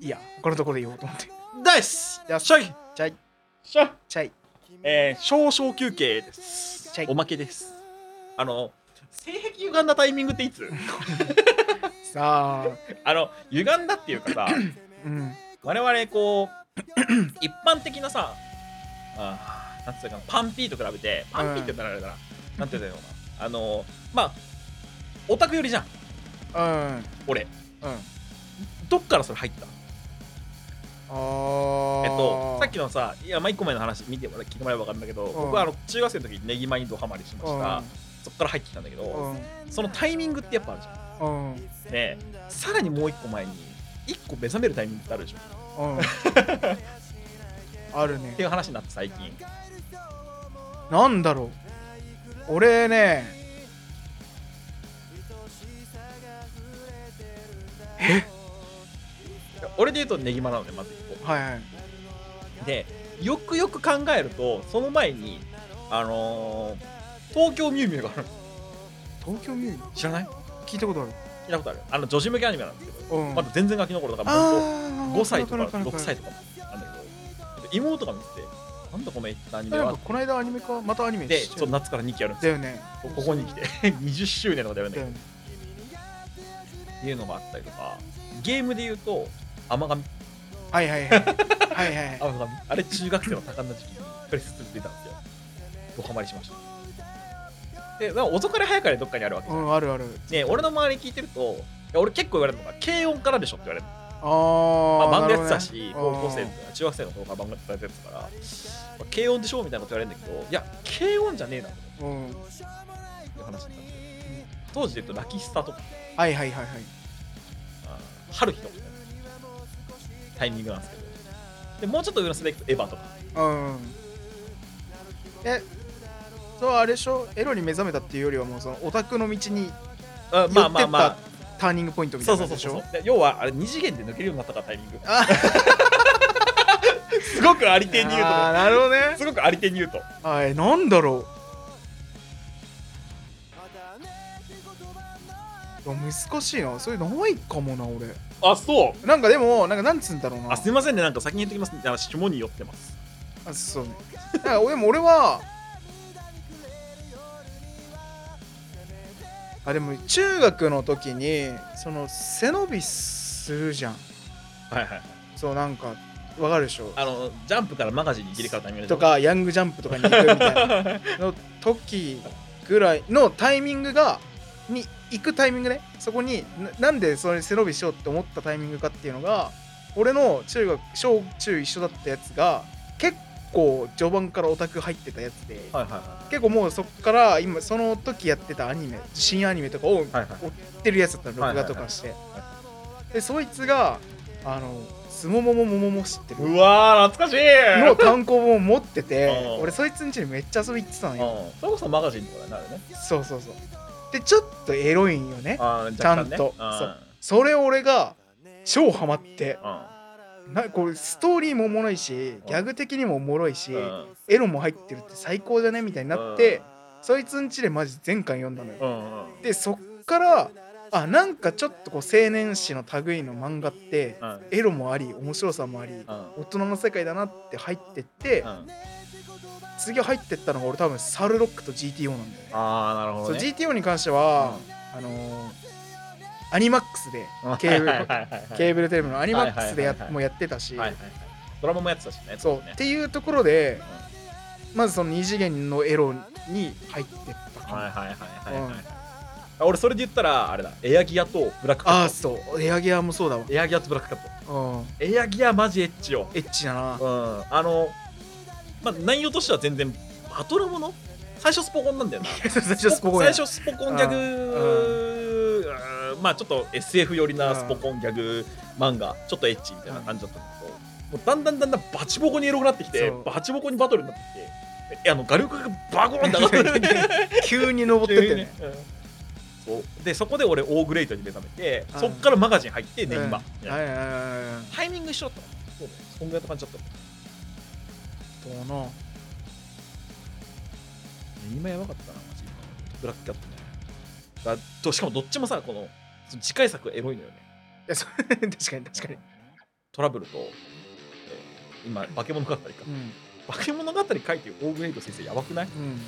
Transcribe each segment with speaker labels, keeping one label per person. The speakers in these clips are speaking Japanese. Speaker 1: いいや、このところで言おうと思って。
Speaker 2: ダイス
Speaker 1: よっし
Speaker 2: しょい
Speaker 1: ちゃい、
Speaker 2: しょい
Speaker 1: ちゃい、
Speaker 2: えー、少々休憩です。
Speaker 1: ちゃい
Speaker 2: お。まけです。あの、性癖歪んだタイミングっていつ
Speaker 1: さあ、
Speaker 2: あの、歪んだっていう かさ、
Speaker 1: うん。
Speaker 2: 我々こう、 一般的なさ、あーなんつうかな、パンピーと比べて、パンピーって言ったらあれだな、なんて言うんだろうな、あの、まあ、オタク寄りじゃん、
Speaker 1: うん。
Speaker 2: 俺。
Speaker 1: うん。
Speaker 2: どっからそれ入った
Speaker 1: あー
Speaker 2: えっと、さっきのさ、いや、まあ、一個前の話見てもらえ聞いてもらえば分かるんだけど、僕はあの中学生の時にネギマにドハマりしました。そっから入ってきたんだけ
Speaker 1: う
Speaker 2: ど、
Speaker 1: ん。
Speaker 2: そのタイミングってやっぱあるじゃ
Speaker 1: うん。うん。うん。
Speaker 2: ん。で、さらにもう一個前に、一個目覚めるタイミングってあるでしょっ
Speaker 1: あるね
Speaker 2: て。いう話になって最近。
Speaker 1: なんだろう。俺ね。
Speaker 2: 俺で言うとネギマなので、まず一個。
Speaker 1: はいはい。
Speaker 2: でよくよく考えるとその前にあのー東京ミュウミュウがあるの
Speaker 1: 東京ミュージ
Speaker 2: 知らない
Speaker 1: 聞いたことある。
Speaker 2: 聞いたことあるあの女子向けアニメなんだけど、
Speaker 1: うん
Speaker 2: まだ全然ガキの頃だから本
Speaker 1: あ
Speaker 2: 当
Speaker 1: ー
Speaker 2: 5歳とか
Speaker 1: わるわ
Speaker 2: 6
Speaker 1: る
Speaker 2: 歳とかなんだけどで妹が見ててなんだこのアニメ
Speaker 1: なん
Speaker 2: は
Speaker 1: かこの間アニメかまたアニメ
Speaker 2: で
Speaker 1: しちゃう
Speaker 2: そう夏から2期やるんです
Speaker 1: だ
Speaker 2: よ
Speaker 1: よね
Speaker 2: ここに来て 20周年とかでやるんだ
Speaker 1: だ
Speaker 2: け
Speaker 1: よね
Speaker 2: どっていうのがあったりとかゲームで言うと甘神
Speaker 1: はいはいはいはいはいはい
Speaker 2: 甘神あれ中学生の盛んな時期にプレステ2出たんですよドハマりしましたでだから遅かれ早かれどっ かにあるわけじ
Speaker 1: う
Speaker 2: ゃん
Speaker 1: んあるある
Speaker 2: ね俺の周りに聞いてるといや俺結構言われるのが軽音からでしょって言われるの、
Speaker 1: あー
Speaker 2: まあ、漫画やって
Speaker 1: なるほど
Speaker 2: たし、
Speaker 1: ね
Speaker 2: 高校生とか中学生の頃から漫画やってたやつだから、まあ軽音でしょみたいなこと言われるんだけどいや軽音じゃねえなって
Speaker 1: うんうん
Speaker 2: いう話になって当時で言うとラキスタとか
Speaker 1: はいはいはいはい
Speaker 2: あー春日とかねタイミングなんですけどでもうちょっと上の世代行くとエヴァとか
Speaker 1: うんえそうあれでしょエロに目覚めたっていうよりはもうそのオタクの道に
Speaker 2: あまあまあま
Speaker 1: 寄ってったターニングポイント
Speaker 2: あ
Speaker 1: みた
Speaker 2: そ
Speaker 1: いうな
Speaker 2: そう
Speaker 1: やつでし
Speaker 2: そうそ
Speaker 1: ょ
Speaker 2: うで要はあれ二次元で抜けるようになったからタイミング
Speaker 1: あ
Speaker 2: すごくありていに言う
Speaker 1: あー
Speaker 2: と
Speaker 1: なるほどね
Speaker 2: すごくありていに言うと
Speaker 1: はいなんだろういや難しいなそれないかもな俺
Speaker 2: あそう
Speaker 1: なんかでもなんかなんつうんだろうな
Speaker 2: あすみませんねなんか先に言っときますねあの下に寄ってます
Speaker 1: あそうねだからでも俺はあでも中学の時にその背伸びするじゃん
Speaker 2: はいはい
Speaker 1: そうなんかわかるでしょ
Speaker 2: あのジャンプからマガジンに切り替わるタイミングで
Speaker 1: とかヤングジャンプとかに行くみたいなの時ぐらいのタイミングがに行くタイミングねそこにななんでそれ背伸びしようって思ったタイミングかっていうのが俺の中学小中一緒だったやつが結構序盤からオタク入ってたやつで
Speaker 2: はいは
Speaker 1: 結構もうそっから今その時やってたアニメ新アニメとかを
Speaker 2: いはいはいはい
Speaker 1: 追ってるやつだったの録画とかして
Speaker 2: いは
Speaker 1: でそいつがあのすもももももも知ってる
Speaker 2: うわー懐かしい
Speaker 1: の単行本を持ってて
Speaker 2: うん
Speaker 1: 俺そいつんちにめっちゃ遊び行ってたのよ
Speaker 2: うんそれこそマガジンとかに なるね
Speaker 1: そうそうそうでちょっとエロいんよね
Speaker 2: あー
Speaker 1: ちゃん
Speaker 2: 若干ね
Speaker 1: と
Speaker 2: うん
Speaker 1: そうそれ俺が超ハマって
Speaker 2: う
Speaker 1: なこれストーリーもおもろいしギャグ的にもおもろいし
Speaker 2: んうん
Speaker 1: エロも入ってるって最高じゃねみたいになってそいつんちでマジ全巻読んだのよ
Speaker 2: うんうん
Speaker 1: でそっからあなんかちょっとこう青年誌の類の漫画って
Speaker 2: うん
Speaker 1: エロもあり面白さもあり
Speaker 2: うん
Speaker 1: 大人の世界だなって入ってって
Speaker 2: うん
Speaker 1: 次入ってったのが俺多分サルロックと GTO なんだよね
Speaker 2: ああなるほ
Speaker 1: そ
Speaker 2: ど
Speaker 1: う
Speaker 2: ね
Speaker 1: GTO に関してはあのーアニマックスで
Speaker 2: うん
Speaker 1: ケーブ
Speaker 2: はいは
Speaker 1: ル
Speaker 2: いはいはい
Speaker 1: ケーブルテレビのアニマックスでや
Speaker 2: はいはいはいはい
Speaker 1: もやってたし
Speaker 2: はいはいはいドラマもやってたしね
Speaker 1: そう
Speaker 2: ね
Speaker 1: っていうところでまずその二次元のエロに入ってったか
Speaker 2: はい
Speaker 1: な
Speaker 2: はいはいはいはいあ俺それで言ったらあれだエアギアとブラックカ
Speaker 1: ああ
Speaker 2: ッ
Speaker 1: そうエアギアもそうだわ
Speaker 2: トエアギアとブラックカット
Speaker 1: うん
Speaker 2: エアギアマジエッチよ
Speaker 1: エッチだな
Speaker 2: うん、あの、まあ、内容としては全然バトルもの最初スポコンなんだよな
Speaker 1: 最初スポコンや
Speaker 2: 最初スポコンギャグうーんまあちょっと SF 寄りなスポコンギャグ漫画ちょっとエッチみたいな感じだったんだけど、もうだんだんだんだんバチボコにエロくなってきて
Speaker 1: そう
Speaker 2: バチボコにバトルになってきてえあの画力がバコーンって上がって る
Speaker 1: 急に登ってってね。
Speaker 2: うんそうでそこで俺オーグレイトに目覚めて
Speaker 1: うん
Speaker 2: そっからマガジン入ってね、
Speaker 1: うん
Speaker 2: 今、
Speaker 1: はいはいはいはい
Speaker 2: タイミング一緒だったのそうだよそんぐらいの感じだったの
Speaker 1: どうの
Speaker 2: 今やばかったなマジでブラックキャットねだどしかもどっちもさこの次回作がエロいのよね
Speaker 1: いやそう確かに確かに
Speaker 2: トラブルと、えー今化け物語か
Speaker 1: うん
Speaker 2: 化け物語書いてるオーグレイド先生やばくない
Speaker 1: うん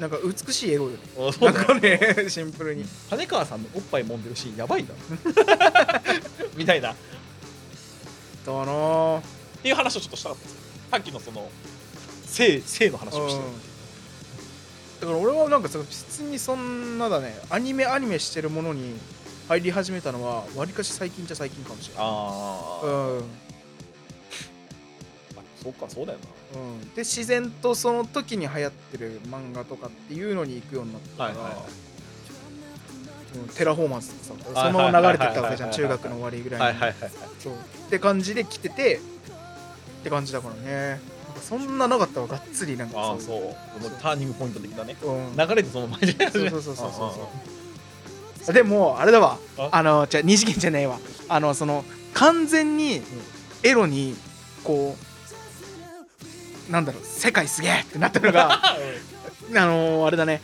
Speaker 1: なんか美しいエゴよね
Speaker 2: そ
Speaker 1: な
Speaker 2: うんだよ
Speaker 1: かねシンプルに
Speaker 2: 羽川さんのおっぱい揉んでるシーンやばいだろ みたいなっ
Speaker 1: だなぁ
Speaker 2: ていう話をちょっとしたかったんですさっきのその性性の話をして
Speaker 1: だから俺はなんかさ普通にそんなだねアニメアニメしてるものに入り始めたのはわりかし最近じゃ最近かもしれない
Speaker 2: あ
Speaker 1: う
Speaker 2: ー
Speaker 1: ん、うん、
Speaker 2: あそうかそうだよ
Speaker 1: で自然とその時に流行ってる漫画とかっていうのに行くようになった
Speaker 2: な
Speaker 1: から、
Speaker 2: い
Speaker 1: うんテラフォーマンスとかさ
Speaker 2: はい
Speaker 1: その
Speaker 2: はいはい
Speaker 1: ま
Speaker 2: は
Speaker 1: ま流
Speaker 2: い
Speaker 1: れてったわけじゃん
Speaker 2: はい
Speaker 1: 中
Speaker 2: はいはい
Speaker 1: 学の終わりぐらいに、
Speaker 2: はいはいはい
Speaker 1: そうって感じで来ててって感じだからねなんかそんななかったわがっつりなんか
Speaker 2: ああ
Speaker 1: う
Speaker 2: そうこのターニングポイント的なね
Speaker 1: うん、
Speaker 2: 流れてその前じゃない
Speaker 1: そうそうそうそうそう
Speaker 2: あ
Speaker 1: そうでもあれだわ
Speaker 2: あ
Speaker 1: あのじゃあ二次元じゃねえわあのその完全にエロにこうなんだろう世界すげえってなったのがあ
Speaker 2: あああ
Speaker 1: のー、あれだね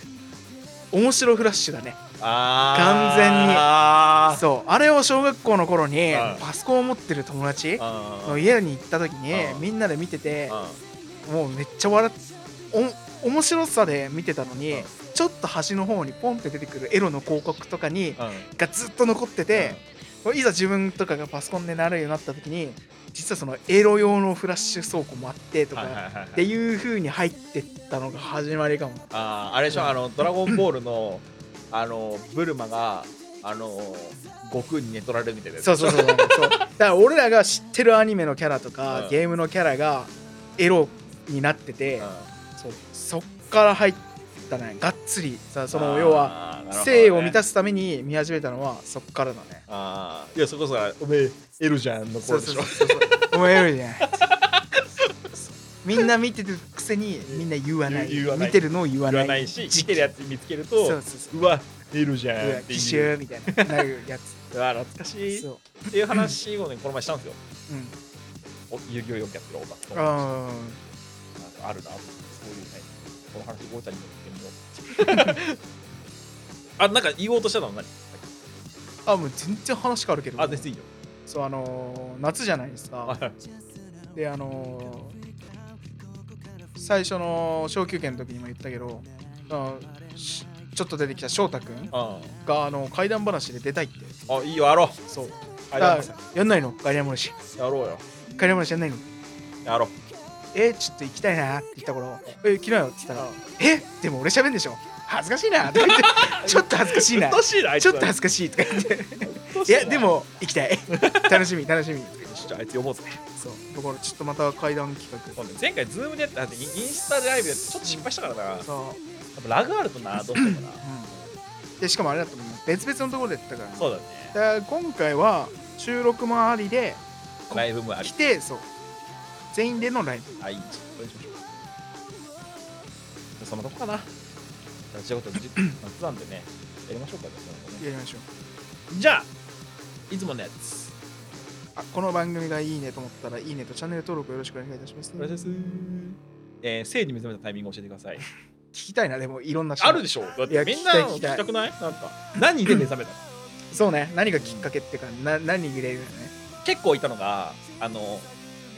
Speaker 1: 面白フラッシュだね
Speaker 2: あー
Speaker 1: 完全に
Speaker 2: あー
Speaker 1: そうあれを小学校の頃に
Speaker 2: あ
Speaker 1: パソコンを持ってる友達
Speaker 2: あー
Speaker 1: の家に行った時に
Speaker 2: あ
Speaker 1: みんなで見てて
Speaker 2: あ
Speaker 1: もうめっちゃ笑っお面白さで見てたのにちょっと端の方にポンって出てくるエロの広告とかに
Speaker 2: ーうん
Speaker 1: がずっと残ってて、これいざ自分とかがパソコンでなるようになった時に実はそのエロ用のフラッシュ倉庫もあってと
Speaker 2: はいはい
Speaker 1: か
Speaker 2: はいはい
Speaker 1: っていう風に入ってったのが始まりかも
Speaker 2: あーあれでしょ、
Speaker 1: うん
Speaker 2: あの「ドラゴンボールの」あのブルマがあの悟空に寝取られるみたいなやつ
Speaker 1: そうそうそう そうだから俺らが知ってるアニメのキャラとか、
Speaker 2: うん
Speaker 1: ゲームのキャラがエロになってて、
Speaker 2: うん
Speaker 1: そうそっから入ったねがっつりさその
Speaker 2: あー
Speaker 1: 要は
Speaker 2: なるほどね
Speaker 1: 性を満たすために見始めたのはそっからだね
Speaker 2: あーいやそこそおめえエルじゃんの
Speaker 1: そ
Speaker 2: 頃
Speaker 1: う
Speaker 2: でし
Speaker 1: そ
Speaker 2: ょ
Speaker 1: うそうそうお前エロいじ ゃないみんな見てるくせにみんな言わない
Speaker 2: 言う言わない
Speaker 1: 見てるのを言わ
Speaker 2: 言
Speaker 1: な
Speaker 2: わ
Speaker 1: い
Speaker 2: ないし
Speaker 1: じ
Speaker 2: 来てるやつ見つける
Speaker 1: そうそ
Speaker 2: と
Speaker 1: うそう
Speaker 2: うわエルじゃ
Speaker 1: うん
Speaker 2: っ
Speaker 1: わ
Speaker 2: て
Speaker 1: 奇
Speaker 2: い
Speaker 1: 襲
Speaker 2: う
Speaker 1: みたいななるやつ
Speaker 2: うわ懐かしいっ
Speaker 1: そう
Speaker 2: ていう話をねこの前したんですよ
Speaker 1: うん
Speaker 2: お遊戯王よくやってるおばとあ
Speaker 1: あ
Speaker 2: あるなそういうねこの話ゴーちゃんにも言ってみようあなんか言おうとしてたの何
Speaker 1: ーあもう全然話変わるけど
Speaker 2: あ全然いいよ
Speaker 1: そうあのー夏じゃないですか
Speaker 2: あ
Speaker 1: であのー最初の小休憩の時にも言ったけどあーしちょっと出てきた翔太くん
Speaker 2: あ
Speaker 1: があの怪談話で出たいって
Speaker 2: あいいよやろう
Speaker 1: そう
Speaker 2: あ
Speaker 1: だか
Speaker 2: や
Speaker 1: らやんないの怪談話
Speaker 2: ろうよ
Speaker 1: 怪談話やんないの
Speaker 2: やろう
Speaker 1: えちょっと行きたいなって言った頃「え来なよ」って言ったら「えでも俺喋んでしょ恥ずかしいな」とか言って「ちょっと恥ずかしいな」
Speaker 2: うっとうしいなあいつ
Speaker 1: ちょっと恥ずかしいとか 言って「いやでも行きたい楽しみ楽しみ」
Speaker 2: ちょっとあいつ呼ぼうぜ
Speaker 1: そうだからちょっとまた会談企
Speaker 2: そ
Speaker 1: 画
Speaker 2: うね前回ズームでやってあとインインスタライブでやってちょっと失敗したからなやっ
Speaker 1: そう、
Speaker 2: ぱラグあるとなどうしてもな
Speaker 1: うん、でしかもあれだったもんね別々のところでやったからね
Speaker 2: そうだね
Speaker 1: だから今回は収録もありで
Speaker 2: ライブもあり
Speaker 1: 来てそう全員でのライブ
Speaker 2: あいいじゃんこれにしましょうそのとこかなじゃあ違う ことじ夏なんでねやりましょうかじゃあそのとこね
Speaker 1: やりましょう
Speaker 2: じゃあいつものやつ
Speaker 1: あこの番組がいいねと思ったらいいねとチャンネル登録よろしくお願いいたします、
Speaker 2: お願いしますえー、性に目覚めたタイミングを教えてください
Speaker 1: 聞きたいなでもいろんな人
Speaker 2: あるでしょだっ
Speaker 1: いや
Speaker 2: てみんなの
Speaker 1: 聞き
Speaker 2: 聞き
Speaker 1: たい聞きたい
Speaker 2: たくないなんか何で目覚めたの
Speaker 1: そうね何がきっかけっていうかな何入れるよね
Speaker 2: 結構いたのがあの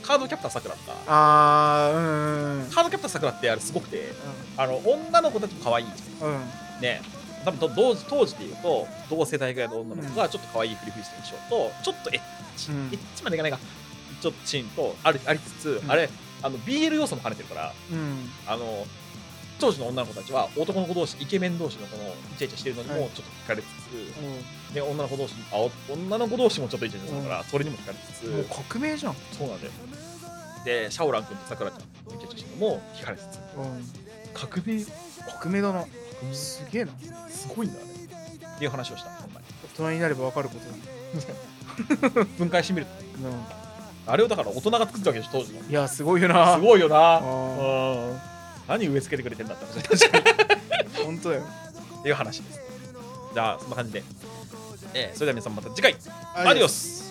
Speaker 2: カードキャプターさくらとか
Speaker 1: あーうん
Speaker 2: カードキャプターさくらってあれすごくてあの女の子たちも可愛いじゃ
Speaker 1: うんうんうん
Speaker 2: んね多分と同時当時で言うと同世代ぐらいの女の子がちょっと可愛いフリフリしてる印象とちょっとエッチ、
Speaker 1: うん
Speaker 2: エッチまでいかないがちょっとチンとあるありつつ、
Speaker 1: うん
Speaker 2: あれあの BL 要素も兼ねてるから
Speaker 1: うん
Speaker 2: あの当時の女の子たちは男の子同士イケメン同士のこのイチャイチャしてるのに
Speaker 1: は
Speaker 2: も
Speaker 1: い
Speaker 2: ちょっと惹かれつつ、で女の子同士あお女の子同士もちょっとイチャイチャするから、それにも惹かれつつ、
Speaker 1: もう革命じゃん、
Speaker 2: そうなんだよでシャオラン君とさくらちゃんのイチャイチャしてるのも惹かれつつ
Speaker 1: うん、
Speaker 2: 革命
Speaker 1: 革命だなすげえな
Speaker 2: すごいんだねっていう話をした今回
Speaker 1: 大人になれば分かることだ、
Speaker 2: 分解してみるとあれをだから大人が作ったわけでしょ当時の
Speaker 1: うん、いやすごいよな
Speaker 2: すごいよな
Speaker 1: あー
Speaker 2: うん何植え付けてくれてんだって話確かに
Speaker 1: 本当だよ
Speaker 2: っていう話ですじゃあそんな感じで、えーそれでは皆さんまた次回ア
Speaker 1: ア
Speaker 2: ディオス